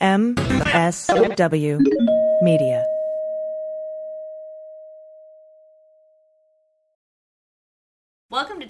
MSW Media. Welcome to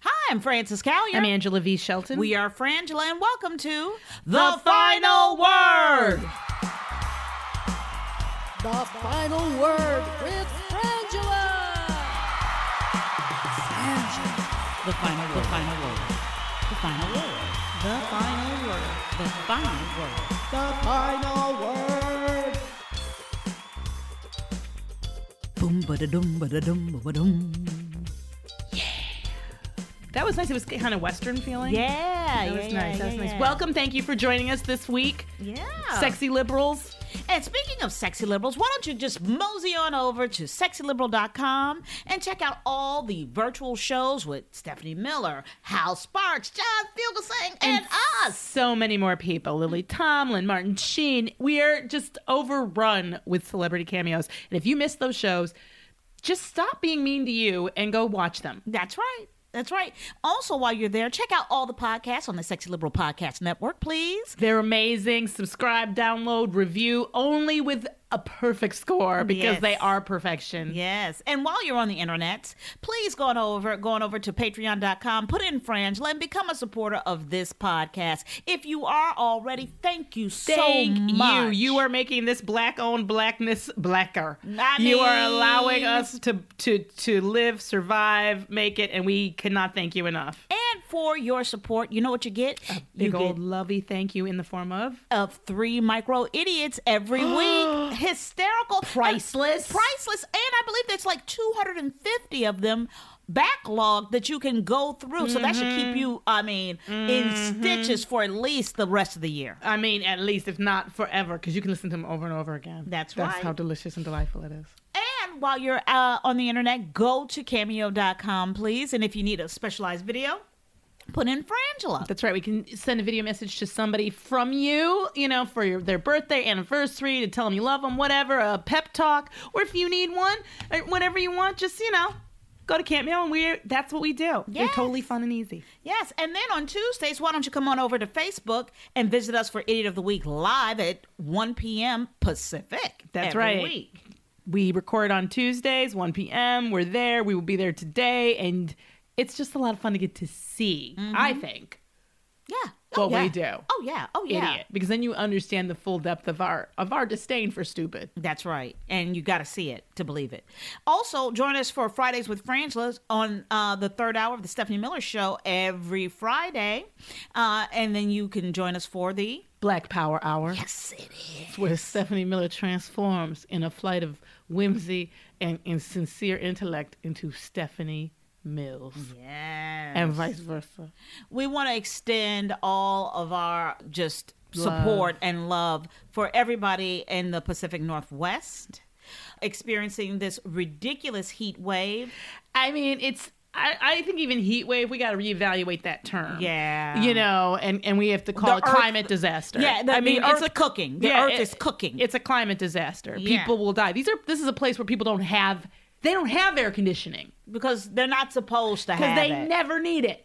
Hi, I'm Frances Callier. I'm Angela V. Shelton. We are Frangela, and welcome to The Final Word. The final word with Frangela. The final, the final word. The final word. The final word. The final word. The final word. Boom, bada dum, bada dum, bada dum. That was nice. It was kind of Western feeling. Yeah, That was yeah, nice. yeah, that was yeah, nice. yeah. Welcome. Thank you for joining us this week, Yeah. sexy liberals. And speaking of sexy liberals, why don't you just mosey on over to sexyliberal.com and check out all the virtual shows with Stephanie Miller, Hal Sparks, John Fugelsang, and, us. So many more people. Lily Tomlin, Martin Sheen. We are just overrun with celebrity cameos. And if you miss those shows, just stop being mean to you and go watch them. That's right. That's right. Also, while you're there, check out all the podcasts on the Sexy Liberal Podcast Network, please. They're amazing. Subscribe, download, review only with a perfect score because Yes. they are perfection. Yes. And while you're on the internet, please go on over, go on over to patreon.com, put in Frangela, and become a supporter of this podcast. If you are already, thank you so Thank you. much. You are making this black owned blackness blacker. I you mean- are allowing us to to to live, survive, make it, and we cannot thank you enough. And for your support, you know what you get? you Big old get lovey thank you in the form of of three micro idiots every week. Hysterical. Priceless. And- priceless. And I believe there's like 250 of them backlog that you can go through. So that should Mm-hmm. keep you, I mean, in stitches for at least the rest of the year. I mean, at least if not forever, because you can listen to them over and over again. That's That's right. how delicious and delightful it is. And while you're uh, on the internet, go to cameo.com, please. And if you need a specialized video, put in Frangela. That's right. We can send a video message to somebody from you, you know, for your, their birthday, anniversary, to tell them you love them, whatever, a pep talk, or if you need one, uh, whatever you want, just, you know, go to Cameo and we're, that's what we do. We're Yes. totally fun and easy. Yes, and then on Tuesdays, why don't you come on over to Facebook and visit us for Idiot of the Week live at 1 p.m. Pacific. That's every right. Week. We record on Tuesdays, 1 p.m. We're there. We will be there Mm-hmm. today. And it's just a lot of fun to get to see, I think. Yeah. what yeah. we do. Oh yeah. Oh yeah. Idiot. Because then you understand the full depth of our of our disdain for stupid. That's right. And you got to see it to believe it. Also, join us for Fridays with Frangela on uh, the third hour of the Stephanie Miller Show every Friday. Uh, and then you can join us for the. Black Power Hour. Yes, it is. It's where Stephanie Miller transforms in a flight of whimsy and, and sincere intellect into Stephanie Mills. And vice versa. We want to extend all of our just support and love for everybody in the Pacific Northwest experiencing this ridiculous heat wave. I mean, it's I, I think even heat wave, we got to reevaluate that term. Yeah. you know, and and we have to call The it earth- climate disaster. Yeah, the- I mean, the it's earth a cooking. The earth is cooking. It's a climate disaster. Yeah. People will die. These are this is a place where people don't have they don't have air conditioning because they're not supposed to because have they it. never need it.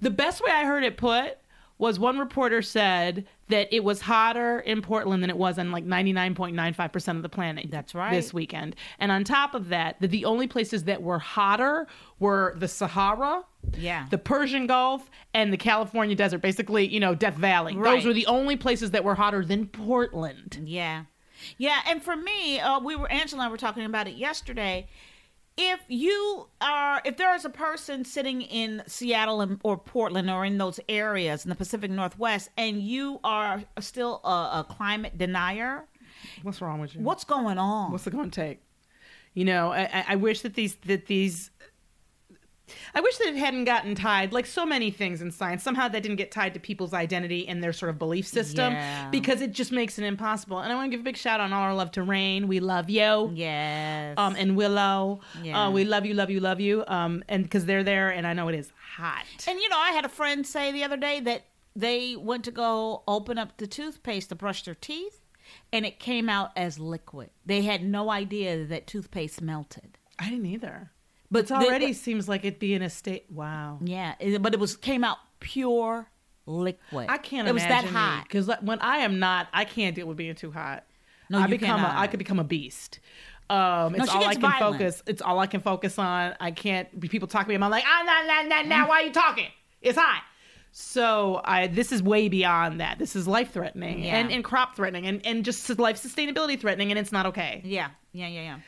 The best way I heard it put was one reporter said that it was hotter in Portland than it was on like 99.95% of the planet. That's right. This weekend. And on top of that, that the only places that were hotter were the Sahara, Yeah. the Persian Gulf, and the California desert, basically, you know, Death Valley. Right. Mm. Those were the only places that were hotter than Portland. Yeah. Yeah. And for me, uh, we were, Angela and I were talking about it yesterday. If you are, if there is a person sitting in Seattle and, or Portland or in those areas in the Pacific Northwest and you are still a, a climate denier, What's wrong with you? what's going on? What's it going to take? You know, I, I- I wish that these that these. I wish that it hadn't gotten tied, like so many things in science. Somehow that didn't get tied to people's identity and their sort of belief system Yeah. because it just makes it impossible. And I want to give a big shout out and all our love to Rain. We love you. yes. Um, and Willow. Yeah. Uh, we love you, love you, love you. Um, and because they're there and I know it is hot. And you know, I had a friend say the other day that they went to go open up the toothpaste to brush their teeth, and it came out as liquid. They had no idea that toothpaste melted. I didn't either. But It already seems like it'd be in a state. Wow. yeah, it- but it was came out pure liquid. I can't. It was that hot. because when I am not, I can't deal with being too hot. No, I you become. cannot. A, I could become a beast. Um, it's she all I gets can violent. focus. It's all I can focus on. I can't. People talk to me. I'm like, ah, nah, nah, nah, nah. Why are you talking? It's hot. So I, this is way beyond that. This is life threatening Yeah. and, and crop threatening and, and just life sustainability threatening, and it's not okay. Yeah, yeah, yeah, yeah.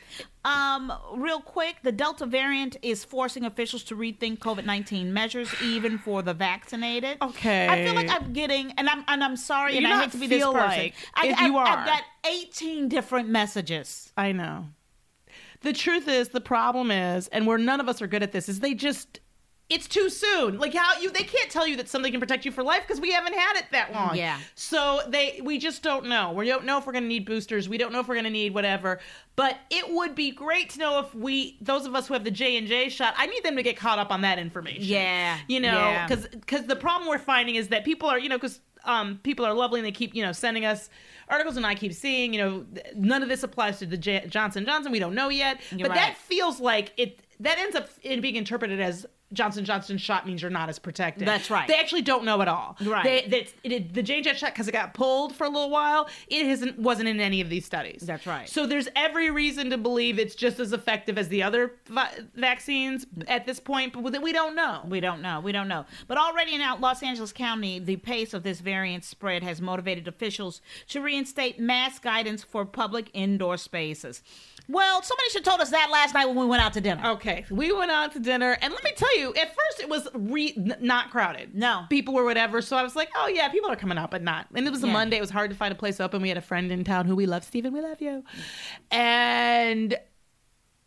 Um, real quick, the Delta variant is forcing officials to rethink COVID nineteen measures, even for the vaccinated. Okay. I feel like I'm getting, and I'm, and I'm sorry, and You do I not hate to be this feel person. like I, if I, you I've are. got eighteen different messages. I know. The truth is, the problem is, and where none of us are good at this, is they just. It's too soon. Like how you they can't tell you that something can protect you for life because we haven't had it that long. Yeah. So they we just don't know. We don't know if we're gonna need boosters. We don't know if we're gonna need whatever. But it would be great to know if we those of us who have the J and J shot, I need them to get caught up on that information. Yeah. You know, Yeah. because because the problem we're finding is that people are you know because um, people are lovely and they keep you know sending us articles and I keep seeing you know th- none of this applies to the J- Johnson Johnson we don't know yet but right. that feels like it that ends up in being interpreted as Johnson Johnson shot means you're not as protected That's right. they actually don't know at all Right. they, that's it, the J J shot because it got pulled for a little while it isn't wasn't in any of these studies That's right. so there's every reason to believe it's just as effective as the other vi- vaccines at this point but we don't know We don't know. We don't know. But already in out Los Angeles County, the pace of this variant spread has motivated officials to reinstate mask guidance for public indoor spaces. Well, somebody should have told us that last night when we went out to dinner. Okay, we went out to dinner, and let me tell you, at first it was re- n- not crowded. No. people were whatever. So I was like, oh yeah, people are coming out, but not. And it was a Yeah. Monday; it was hard to find a place open. We had a friend in town who we love, Stephen. We love you. And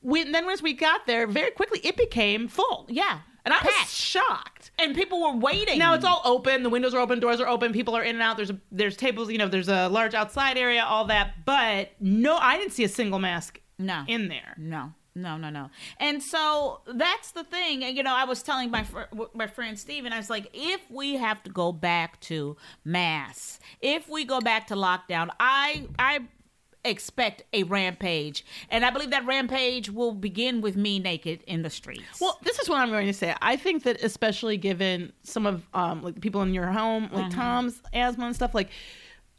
we, and then once we got there, very quickly it became full. Yeah. and I Packed. was shocked. And people were waiting. Now it's all open. The windows are open. Doors are open. People are in and out. There's a, there's tables. You know, there's a large outside area. All that, but no, I didn't see a single mask. No. in there. No, no, no, no. And so that's the thing. And, You know, I was telling my fr- my friend Steven, I was like, if we have to go back to mass, if we go back to lockdown, I I expect a rampage, and I believe that rampage will begin with me naked in the streets. Well, this is what I'm going to say. I think that especially given some of um like the people in your home, Uh-huh. like Tom's asthma and stuff, like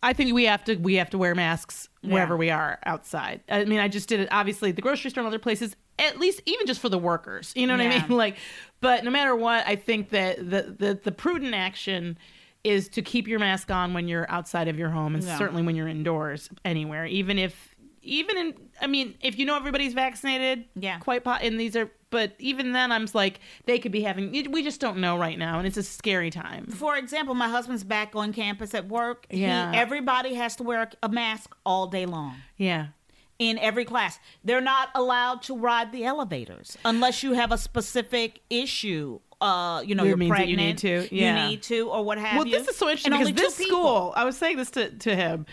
I think we have to we have to wear masks wherever we are outside. I mean, I just did it obviously at the grocery store and other places. At least even just for the workers, you know what Yeah. I mean. Like, but no matter what, I think that the the, the prudent action is to keep your mask on when you're outside of your home and Yeah. certainly when you're indoors anywhere even if even in i mean if you know everybody's vaccinated Yeah. quite po- and these are but even then i'm s- like they could be having you- we just don't know right now and it's a scary time For example, my husband's back on campus at work. He- Yeah. everybody has to wear a mask all day long yeah in every class. They're not allowed to ride the elevators unless you have a specific issue. Uh, you know, It you're means that pregnant. you need to, yeah. You need to, or what have well you. this is so interesting And because only two this people. school i was saying this to, to him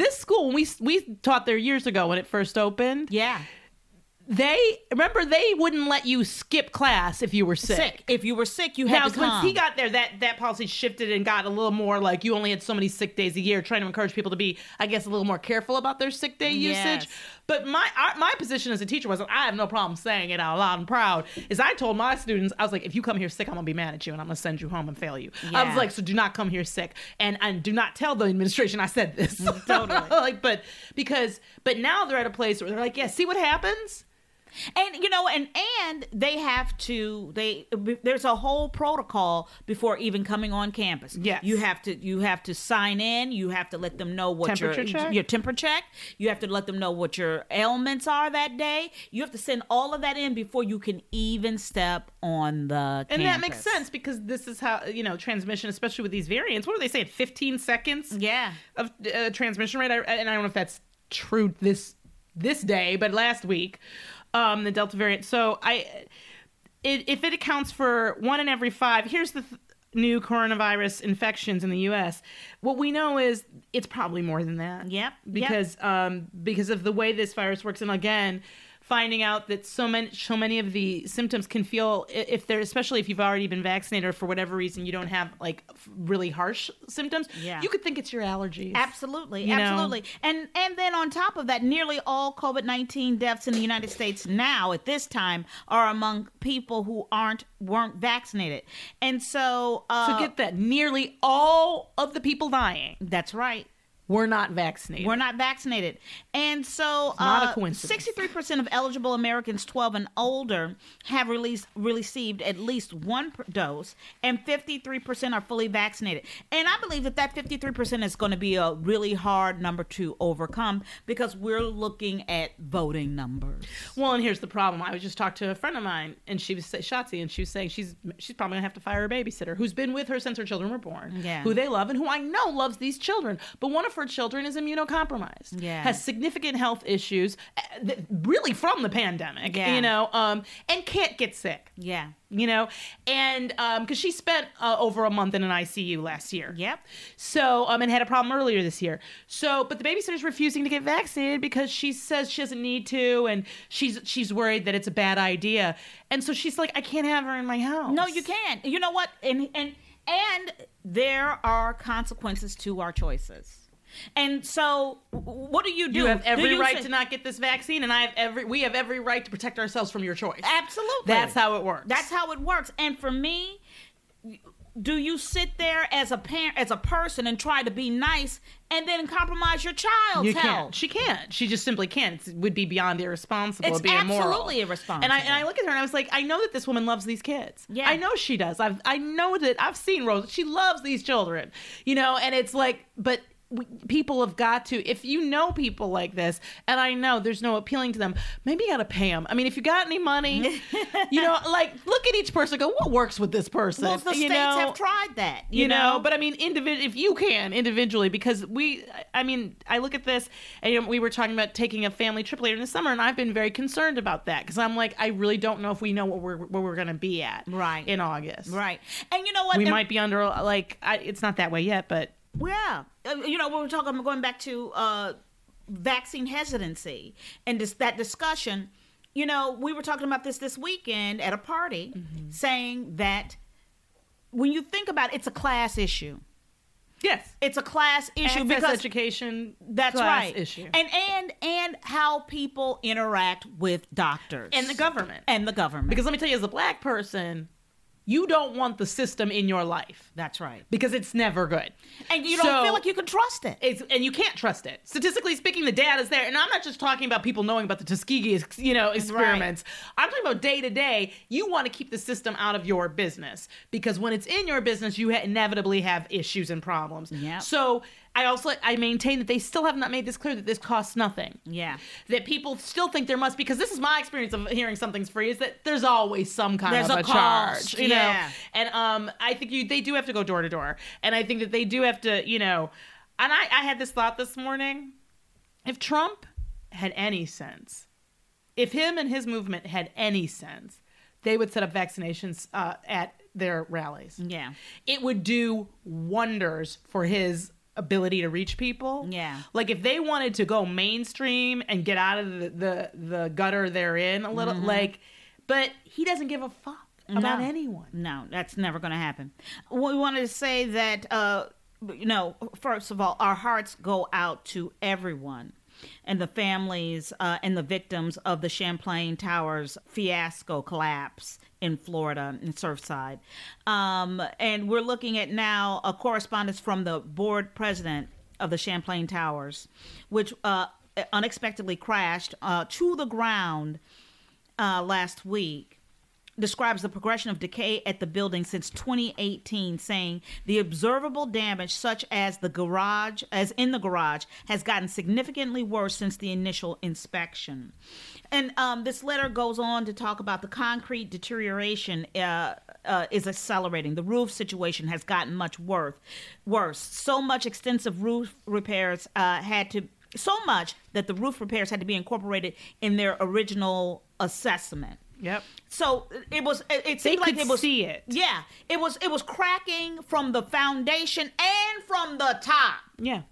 this school we we taught there years ago when it first opened Yeah. they remember they wouldn't let you skip class if you were Sick. If you were sick, you had Now, to once come. he got there, that that policy shifted and got a little more like you only had so many sick days a year, trying to encourage people to be, I guess, a little more careful about their sick day Yes. usage. But my I, my position as a teacher was, and I have no problem saying it out loud and proud, is I told my students, I was like, if you come here sick, I'm gonna be mad at you and I'm gonna send you home and fail you. I Yeah. was like, so do not come here sick, and and do not tell the administration I said this. Mm, Totally. like, but because but now they're at a place where they're like, yeah, see what happens. and you know and and they have to they there's a whole protocol before even coming on campus Yes. you have to you have to sign in you have to let them know what your Temperature check? your temper check you have to let them know what your ailments are that day you have to send all of that in before you can even step on the And that makes campus. sense because this is how you know transmission, especially with these variants. What do they say? Fifteen seconds yeah of uh, transmission rate. I, and I don't know if that's true this this day, but last week, um, the Delta variant. So I, it, if it accounts for one in every five, here's the th- new coronavirus infections in the U.S. What we know is it's probably more than Yep, that. yep. Because um, because of the way this virus works, and again. Finding out that so many, so many of the symptoms can feel i- if they're especially if you've already been vaccinated or for whatever reason you don't have like f- really harsh symptoms, Yeah. you could think it's your allergies. Absolutely, You know? absolutely. And and then on top of that, nearly all COVID-19 deaths in the United States now at this time are among people who aren't weren't vaccinated. And so uh So get that. Nearly all of the people dying that's right. were not vaccinated. We're not vaccinated. And so not a uh, coincidence. 63% of eligible Americans 12 and older have released received at least one pr- dose and 53% are fully vaccinated. And I believe that that 53% is going to be a really hard number to overcome because we're looking at voting numbers. Well, and here's the problem. I was just talked to a friend of mine, and she was sa- Shotzi, and she was saying she's she's probably gonna have to fire her babysitter, who's been with her since her children were born, Yeah. who they love, and who I know loves these children. But one of her children is immunocompromised, Yeah. has significant health issues, eh, that- really from the pandemic, Yeah. you know, um, and can't get sick. Yeah. you know and um because she spent uh, over a month in an icu last year Yep. so um and had a problem earlier this year so but the babysitter's refusing to get vaccinated because she says she doesn't need to and she's she's worried that it's a bad idea and so she's like i can't have her in my house No, you can. You know what? And and and there are consequences to our choices. And so w- what do you do? you have Do every you right say- to not get this vaccine and i have every we have every right to protect ourselves from your choice Absolutely. that's how it works That's how it works. And for me, do you sit there as a parent, as a person, and try to be nice, and then compromise your child's you health? can't. She can't. She just simply can't. It's, it would be beyond irresponsible. It's It'd be immoral. absolutely irresponsible. And I and I look at her and I was like, I know that this woman loves these kids. Yeah. I know she does. I've I know that I've seen Rose. She loves these children. You know, and it's like, but. We, people have got to if you know people like this and i know there's no appealing to them maybe you gotta pay them i mean if you got any money you know like look at each person go what works with this person Most of the you states know? have tried that, you, you know, but i mean individ- if you can individually because we i mean i look at this and you know, we were talking about taking a family trip later in the summer and i've been very concerned about that because i'm like i really don't know if we know what we're where we're going to be at Right. in august right? And you know what? we And- might be under like I, it's not that way yet but Yeah, Uh, you know, we were talking. I'm going back to uh, vaccine hesitancy and just that discussion. You know, we were talking about this this weekend at a party, Mm-hmm. saying that when you think about it, it's a class issue. yes It's a class issue Access because education that's class right issue and and and how people interact with doctors and the government and the government because let me tell you as a black person you don't want the system in your life That's right. because it's never good. And you don't So- feel like you can trust it. It's, and you can't trust it. Statistically speaking, the data is there. And I'm not just talking about people knowing about the Tuskegee, ex- you know, experiments. I'm talking about day to day. You want to keep the system out of your business because when it's in your business, you ha- inevitably have issues and problems. Yep. So I also I maintain that they still have not made this clear that this costs nothing. Yeah. That people still think there must because this is my experience of hearing something's free is that there's always some kind There's of a a, cost, charge, you yeah. know. And um, I think you they do have to go door to door, and I think that they do have to, you know. And I, I had this thought this morning: if Trump had any sense, if him and his movement had any sense, they would set up vaccinations uh, at their rallies. Yeah. It would do wonders for his ability to reach people. Yeah. Like if they wanted to go mainstream and get out of the the, the gutter they're in a little like but he doesn't give a fuck about No. anyone. No, that's never going to happen. We wanted to say that, uh, you know, first of all, our hearts go out to everyone and the families uh, and the victims of the Champlain Towers fiasco collapse in Florida in Surfside. Um, and we're looking at now a correspondence from the board president of the Champlain Towers, which uh, unexpectedly crashed uh, to the ground uh, last week describes the progression of decay at the building since 2018 saying the observable damage such as the garage as in the garage has gotten significantly worse since the initial inspection and um, this letter goes on to talk about the concrete deterioration uh, uh, is accelerating the roof situation has gotten much worse worse so much extensive roof repairs uh, had to so much that the roof repairs had to be incorporated in their original assessment Yep. so it was. It, it seemed like could it was. see it. Yeah, it was. It was cracking from the foundation and from the top. Yeah.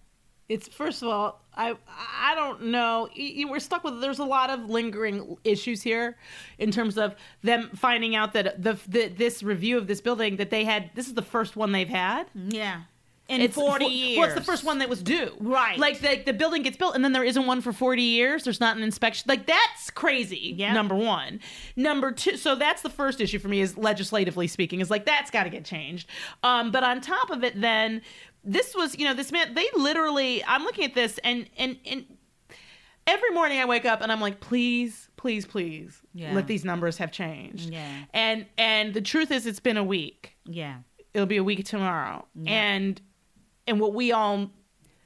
It's first of all, I I don't know. You, you- we're stuck with there's a lot of lingering issues here, in terms of them finding out that the, the this review of this building that they had this is the first one they've had. Yeah, in It's forty fo- years. Well, it's the first one that was due. Right. Like the, the building gets built and then there isn't one for 40 years. There's not an inspection. Like that's crazy. Yeah. Number one. Number two. So that's the first issue for me is legislatively speaking, is like that's got to get changed. Um, but on top of it, then this was, you know, this man, they literally, I'm looking at this and, and, and, Every morning I wake up and I'm like, please, please, please, Yeah. let these numbers have changed. Yeah. And and the truth is, it's been a week Yeah, it'll be a week tomorrow and and what we all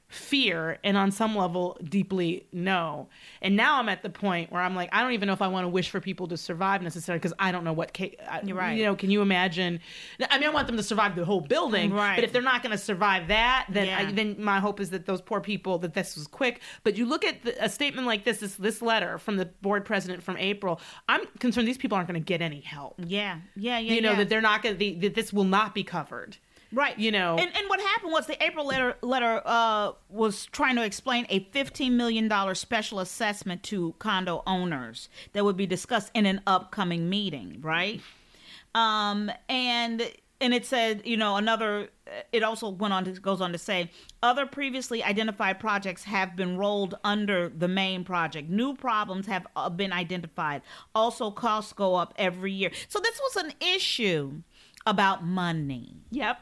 fear and on some level deeply know and now i'm at the point where i'm like i don't even know if i want to wish for people to survive necessarily because i don't know what ca- I, You're right. you know can you imagine i mean i want them to survive the whole building Right. but if they're not going to survive that then Yeah. I, then my hope is that those poor people that this was quick but you look at the, a statement like this, this this letter from the board president from april i'm concerned these people aren't going to get any help yeah, yeah, yeah. you know yeah. that they're not going to that this will not be covered right. you know. and and what happened was the April letter letter uh, was trying to explain a fifteen million dollar special assessment to condo owners that would be discussed in an upcoming meeting. Right. um, and and it said you know another it also went on to goes on to say other previously identified projects have been rolled under the main project new problems have uh, been identified also costs go up every year so this was an issue about money Yep.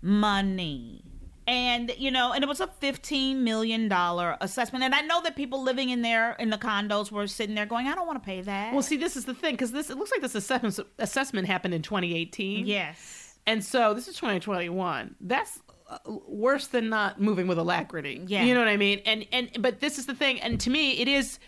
money. And you know, and it was a fifteen million dollar assessment. And I know that people living in there in the condos were sitting there going, "I don't want to pay that." Well, see, this is the thing because this it looks like this assessment assessment happened in 2018. yes, and so this is 2021. That's uh, worse than not moving with alacrity. Yeah. you know what I mean. And and but this is the thing, and to me, it is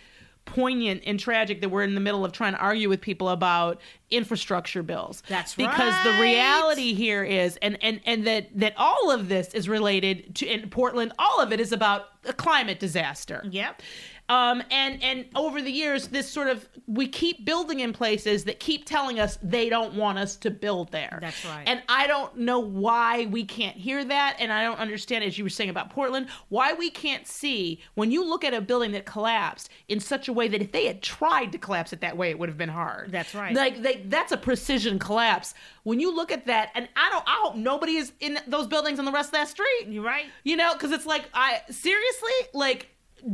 poignant and tragic that we're in the middle of trying to argue with people about infrastructure bills. That's because right. the reality here is, and and and that that all of this is related to in Portland. All of it is about a climate disaster. Yep. Um, and and over the years, this sort of we keep building in places that keep telling us they don't want us to build there. That's right. And I don't know why we can't hear that, and I don't understand, as you were saying about Portland, why we can't see when you look at a building that collapsed in such a way that if they had tried to collapse it that way, it would have been hard. That's right. Like they, that's a precision collapse. When you look at that, and I don't, I hope nobody is in those buildings on the rest of that street. you're right. You know, because it's like I seriously like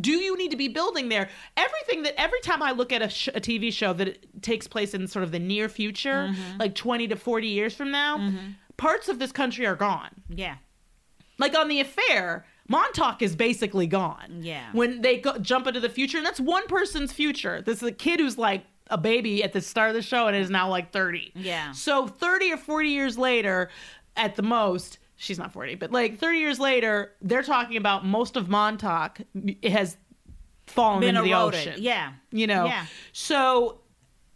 do you need to be building there? Everything that every time I look at a, sh- a TV show that it takes place in sort of the near future, like 20 to 40 years from now, parts of this country are gone. Yeah. Like on the affair, Montauk is basically gone. Yeah. When they go, jump into the future, and that's one person's future. This is a kid who's like a baby at the start of the show and is now like 30. Yeah. So 30 or 40 years later, at the most, she's not 40, but like 30 years later, they're talking about most of Montauk has fallen Been into the eroded. ocean. Yeah. You know? Yeah. So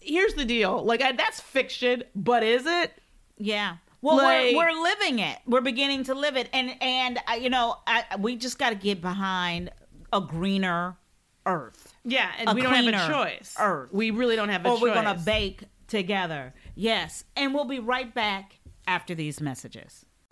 here's the deal like, I, that's fiction, but is it? Yeah. Well, Like- we're, we're living it. We're beginning to live it, and and uh, you know, I, we just got to get behind a greener earth, Yeah, and A we don't have cleaner a choice. earth. We really don't have a or choice. we're gonna bake together. Yes, and we'll be right back after these messages.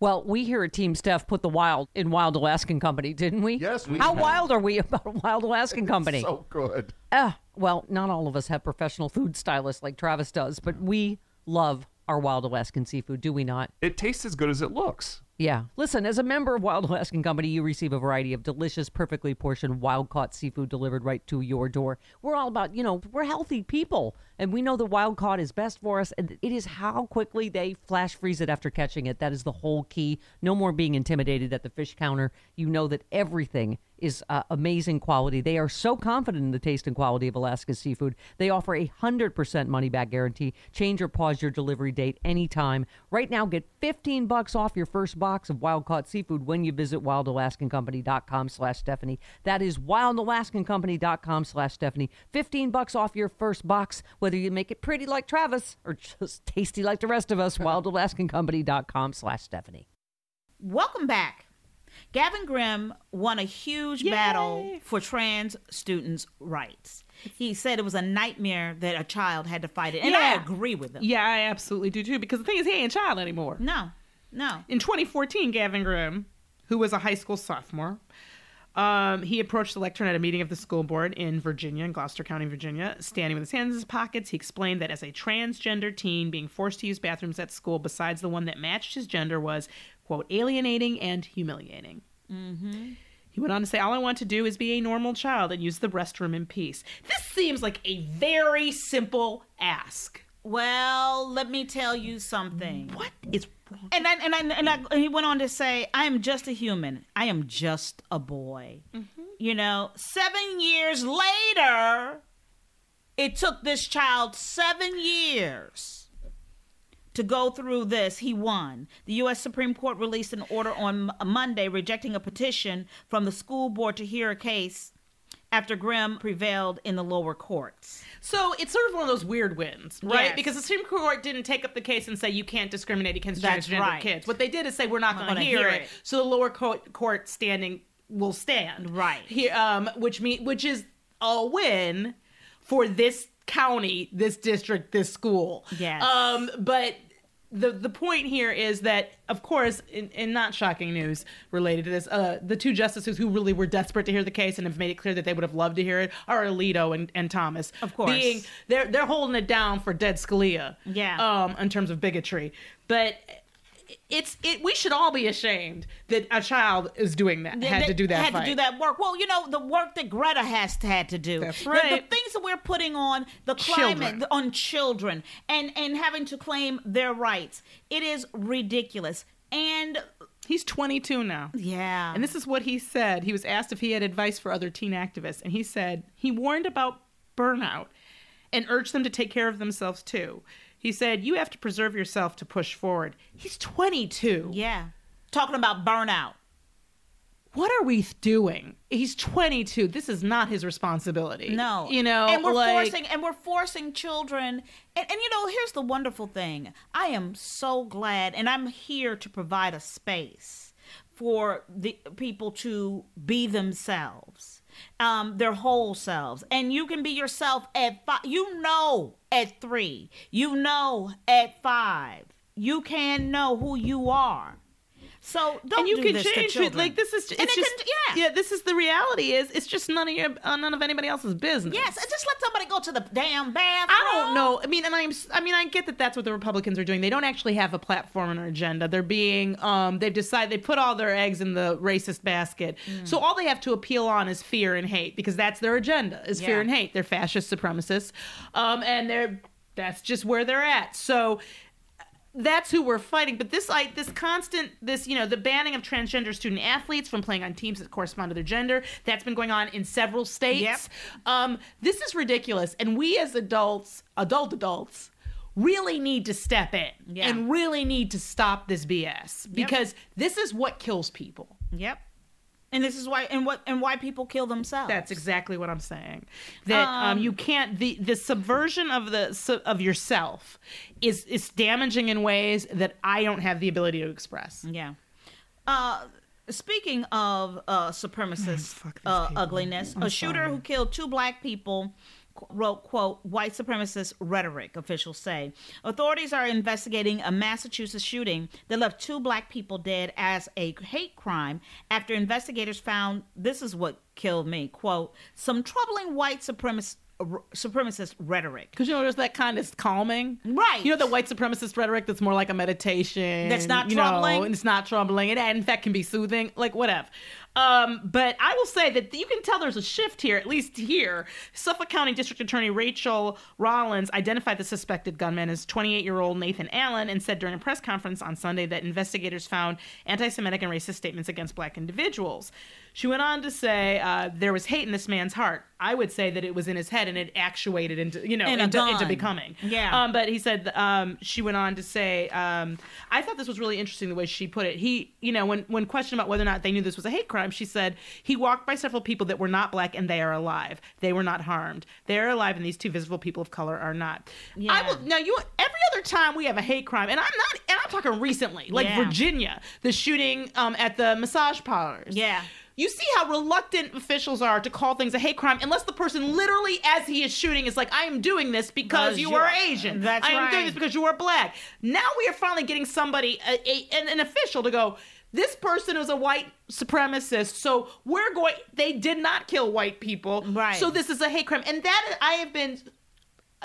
Well, we here at Team Steph put the wild in Wild Alaskan Company, didn't we? Yes, we How have. wild are we about Wild Alaskan Company? So good. Uh, well, not all of us have professional food stylists like Travis does, but we love our Wild Alaskan seafood, do we not? It tastes as good as it looks. Yeah. Listen, as a member of Wild Alaskan Company, you receive a variety of delicious, perfectly portioned, wild caught seafood delivered right to your door. We're all about, you know, we're healthy people, and we know the wild caught is best for us. And it is how quickly they flash freeze it after catching it. That is the whole key. No more being intimidated at the fish counter. You know that everything is uh, amazing quality. They are so confident in the taste and quality of Alaska's seafood. They offer a 100% money back guarantee. Change or pause your delivery date anytime. Right now get 15 bucks off your first box of wild caught seafood when you visit wildalaskancompany.com slash Stephanie. That is wildalaskancompany.com slash Stephanie. 15 bucks off your first box, whether you make it pretty like Travis or just tasty like the rest of us, wildalaskancompany.com slash Stephanie. Welcome back. Gavin Grimm won a huge battle for trans students' rights. He said it was a nightmare that a child had to fight it, and I Yeah. agree with him. Yeah, I absolutely do too. Because the thing is, he ain't a child anymore. No, no. In 2014, Gavin Grimm, who was a high school sophomore, um, he approached the lectern at a meeting of the school board in Virginia, in Gloucester County, Virginia, standing with his hands in his pockets. He explained that as a transgender teen, being forced to use bathrooms at school besides the one that matched his gender was, quote, alienating and humiliating. He went on to say, All I want to do is be a normal child and use the restroom in peace. This seems like a very simple ask. Well, let me tell you something. What is wrong? And I, and I, and, I, and he went on to say, "I am just a human. I am just a boy." Mm-hmm. You know, seven years later, it took this child seven years to go through this. He won. The U.S. Supreme Court released an order on M- Monday rejecting a petition from the school board to hear a case after Grimm prevailed in the lower courts. So it's sort of one of those weird wins, right? Yes. Because the Supreme Court didn't take up the case and say you can't discriminate against That's transgender right. kids. What they did is say we're not going gonna to hear, hear it. it. So the lower court, court standing will stand, Right. Here, um, which mean which is a win for this county, this district, this school. Yes. Um, but the the point here is that, of course, in, in not shocking news related to this, uh, the two justices who really were desperate to hear the case and have made it clear that they would have loved to hear it are Alito and, and Thomas. Of course. being they're they're holding it down for dead Scalia. Yeah. Um, in terms of bigotry, but it's it. We should all be ashamed that a child is doing that. that had they to do that. Had fight. to do that work. Well, you know the work that Greta has to, had to do. That's The- The, right. things that we're putting on the climate Children. the- on children and and having to claim their rights. It is ridiculous. And He's 22 now. yeah, And this is what he said. He was asked if he had advice for other teen activists, and he said he warned about burnout and urged them to take care of themselves too. He said, You have to preserve yourself to push forward. He's 22. yeah, talking about burnout. What are we doing? He's 22. This is not his responsibility. No, You know, and we're like, forcing and we're forcing children. And, and you know, here's the wonderful thing. I am so glad, and I'm here to provide a space for the people to be themselves, um, their whole selves. And you can be yourself at five. You know, at three. You know, at five. You can know who you are. So don't and you do can this to change it. children. Like this is it's And it just can- yeah. This is the reality. Is it's just none of your uh, none of anybody else's business. Yes, and just let somebody go to the damn bathroom. I don't know. I mean, and I'm. I mean, I get that that's what the Republicans are doing. They don't actually have a platform and an agenda. They're being. Um, they've decided they put all their eggs in the racist basket. Mm. So all they have to appeal on is fear and hate because that's their agenda is Yeah. fear and hate. They're fascist supremacists, um, and they're. That's just where they're at. So that's who we're fighting. But this, like, this constant, this, you know, the banning of transgender student athletes from playing on teams that correspond to their gender, that's been going on in several states. Yep. Um, this is ridiculous. And we as adults, adult adults, really need to step in Yeah. and really need to stop this BS because this is what kills people. Yep. And this is why and what and why people kill themselves. That's exactly what I'm saying. That um, you can't the the subversion of the su- of yourself is is damaging in ways that I don't have the ability to express. yeah. Uh speaking of uh supremacist uh, ugliness, a shooter who killed two black people qu- wrote quote white supremacist rhetoric officials say authorities are investigating a massachusetts shooting that left two black people dead as a hate crime after investigators found this is what killed me quote some troubling white supremacist supremacist rhetoric Because you know, there's that kind of calming, Right. You know, the white supremacist rhetoric that's more like a meditation. That's not you know, troubling. and it's not troubling. It in fact can be soothing, like whatever. Um, but I will say that you can tell there's a shift here, at least here. Suffolk County District Attorney Rachel Rollins identified the suspected gunman as 28-year-old Nathan Allen and said during a press conference on Sunday that investigators found anti-Semitic and racist statements against black individuals. She went on to say uh, there was hate in this man's heart. I would say that it was in his head and it actuated into you know In a into, into gun. becoming. Yeah. Um, but he said um, she went on to say, um, I thought this was really interesting the way she put it. He, you know, when when questioned about whether or not they knew this was a hate crime, she said he walked by several people that were not black and they are alive. They were not harmed. They are alive, and these two visible people of color are not. I Yeah. will now you every other time we have a hate crime, and I'm not, and I'm talking recently, like Yeah. Virginia, the shooting um, at the massage parlors. Yeah. You see how reluctant officials are to call things a hate crime unless the person literally, as he is shooting, is like, I am doing this because Because you you are are- Asian. That's I am doing right. this because you are black. Now we are finally getting somebody, a, a, an, an official, to go, this person is a white supremacist, so we're going, they did not kill white people. Right. So this is a hate crime. And that is- I have been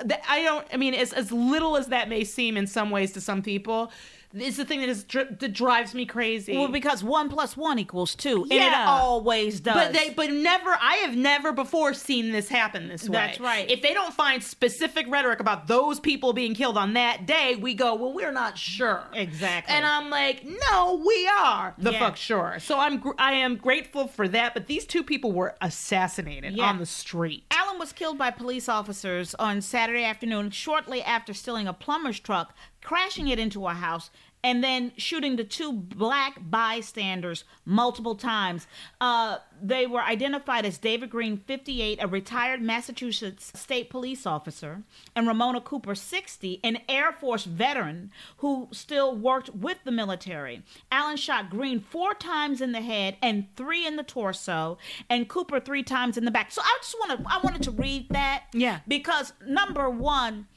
that I don't. I mean, as as little as that may seem in some ways to some people, it's the thing that is dri- that drives me crazy. Well, because one plus one equals two, and Yeah. it always does. but they but never I have never before seen this happen this way. That's right. If they don't find specific rhetoric about those people being killed on that day, we go, well, we're not sure. Exactly. And I'm like, no, we are the Yeah. fuck sure. So I'm gr- I am grateful for that. But these two people were assassinated Yeah. on the street. Allen was killed by police officers on Saturday afternoon, shortly after stealing a plumber's truck, crashing it into a house, and then shooting the two black bystanders multiple times. Uh, they were identified as David Green, 58, a retired Massachusetts state police officer, and Ramona Cooper, 60, an Air Force veteran who still worked with the military. Allen shot Green four times in the head and three in the torso, and Cooper three times in the back. So I just want to I wanted to read that. Yeah. Because number one,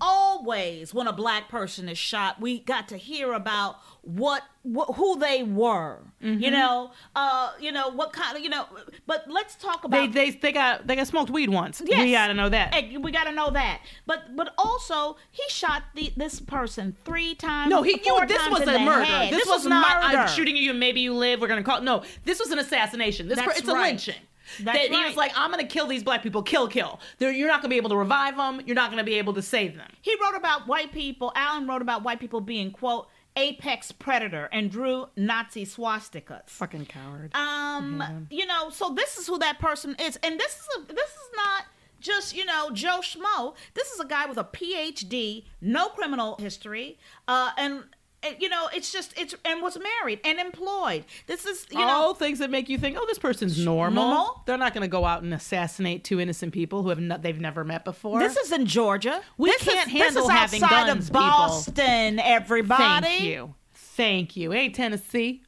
always when a black person is shot, we got to hear about what, wh- who they were. You Mhm. know, uh, you know what kind of you know. But let's talk They, about they they got they got smoked weed once. Yes. We gotta know that. Eh, we gotta know that. But but also he shot the, this person three times. No, he. four You, this times was in a the murder. head. This, was, not. I'm murder. shooting at you. and Maybe you live. We're gonna call. No, this was an assassination. This per- That's it's a right. lynching. That's that he was right. like, I'm gonna kill these black people. Kill, kill. They're, you're not gonna be able to revive them. You're not gonna be able to save them. He wrote about white people. Alan wrote about white people being quote apex predator and drew Nazi swastikas. Fucking coward. Um, you know, so this is who that person is, and this is a, this is not just you know Joe Schmo. This is a guy with a PhD, no criminal history, uh, and. and, You know, it's just it's and was married and employed. This is you know All things that make you think, oh, this person's normal. normal? They're not gonna go out and assassinate two innocent people who have not, they've never met before. This is in Georgia. We this can't is, this handle is having outside guns, of people. Boston, everybody. Thank you. Thank you. Hey, Tennessee.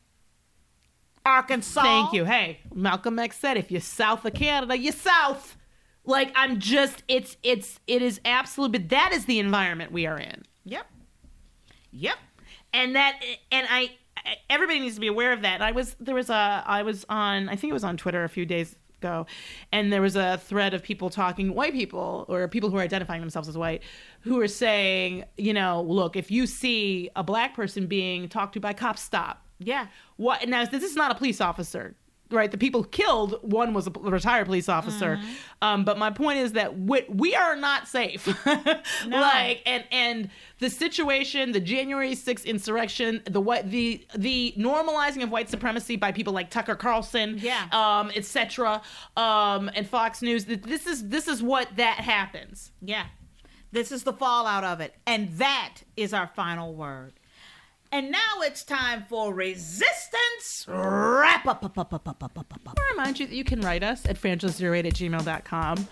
Arkansas. Thank you. Hey, Malcolm X said, if you're south of Canada, you're south. Like I'm just, it's, it's, it is absolute. But that is the environment we are in, Yep. Yep. and that, and I, I- everybody needs to be aware of that. I was there was a, I was on, I think it was on Twitter a few days ago, and there was a thread of people talking, white people or people who are identifying themselves as white, who are saying, you know, look, if you see a black person being talked to by cops, stop. Yeah. what now this is not a police officer right the people killed one was a p- retired police officer um, but my point is that we, we are not safe like and and the situation the january 6th insurrection the what the the normalizing of white supremacy by people like tucker carlson Yeah. um etc um and fox news th- this is this is what that happens Yeah. This is the fallout of it. And that is our final word. And now it's time for resistance wrap up. I remind you that you can write us at franchise08 at gmail.com.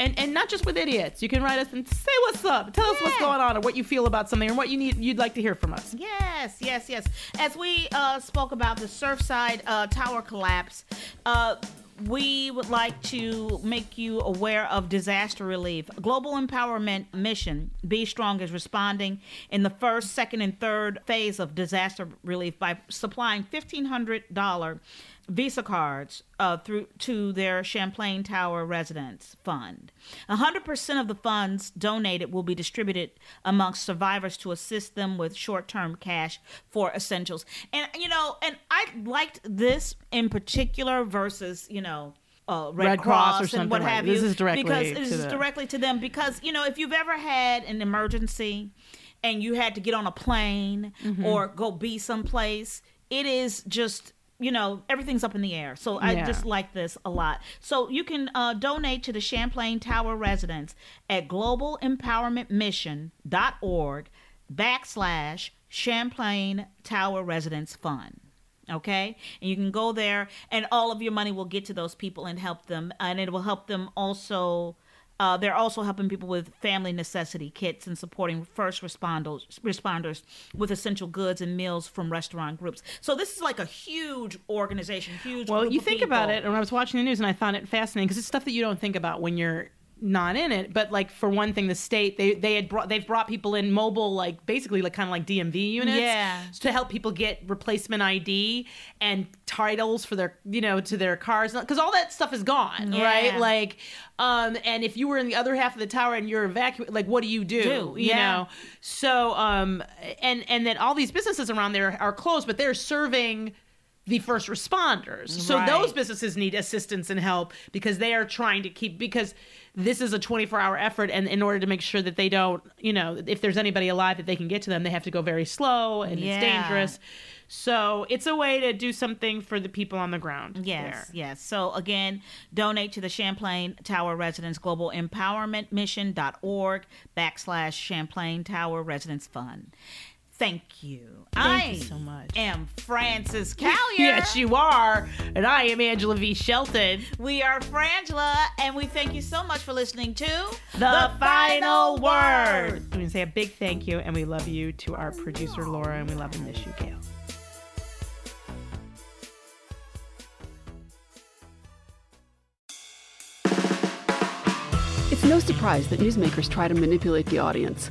And, and not just with idiots. You can write us and say what's up. Tell us what's Yeah. going on or what you feel about something or what you need you'd like to hear from us. Yes, yes, yes. As we uh, spoke about the Surfside uh, Tower collapse, uh, we would like to make you aware of disaster relief. Global Empowerment Mission Be Strong is responding in the first, second, and third phase of disaster relief by supplying $1,500 Visa cards uh, through to their Champlain Tower Residents Fund. 100% of the funds donated will be distributed amongst survivors to assist them with short-term cash for essentials. And you know, and I liked this in particular versus you know. Uh, Red, Red Cross Cross, or and something what like- have this you, is directly because to this is the- directly to them. Because you know, if you've ever had an emergency and you had to get on a plane or go be someplace, it is just you know everything's up in the air. So I Yeah. just like this a lot. So you can uh, donate to the Champlain Tower residents at globalempowermentmission.org backslash Champlain Tower Residents Fund. Okay, and you can go there, and all of your money will get to those people and help them, and it will help them also. Uh, they're also helping people with family necessity kits and supporting first responders responders with essential goods and meals from restaurant groups. So this is like a huge organization, huge. Well, group you of think about people. it, and I was watching the news and I found it fascinating because it's stuff that you don't think about when you're not in it. But like for one thing, the state they they had brought they've brought people in mobile, like basically like kind of like DMV units, Yeah. to help people get replacement ID and titles for their you know to their cars because all that stuff is gone, Yeah. right? Like, um, and if you were in the other half of the tower and you're evacuated, like what do you do? Do, you yeah. know? So um, and and then all these businesses around there are closed, but they're serving the first responders. So Right. those businesses need assistance and help because they are trying to keep because this is a 24-hour effort and in order to make sure that they don't, you know, if there's anybody alive that they can get to them, they have to go very slow and Yeah. it's dangerous. So it's a way to do something for the people on the ground. Yes, there. yes. So again, donate to the Champlain Tower Residents Global Empowerment Mission.org backslash Champlain Tower Residents Fund. Thank you. I you so much. am Frances Callier. Yes, you are. And I am Angela V. Shelton. We are Frangela, and we thank you so much for listening to The, final word. We're going to say a big thank you and we love you to our producer Laura and we love and miss you, Gail. It's no surprise that newsmakers try to manipulate the audience.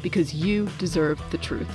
because you deserve the truth.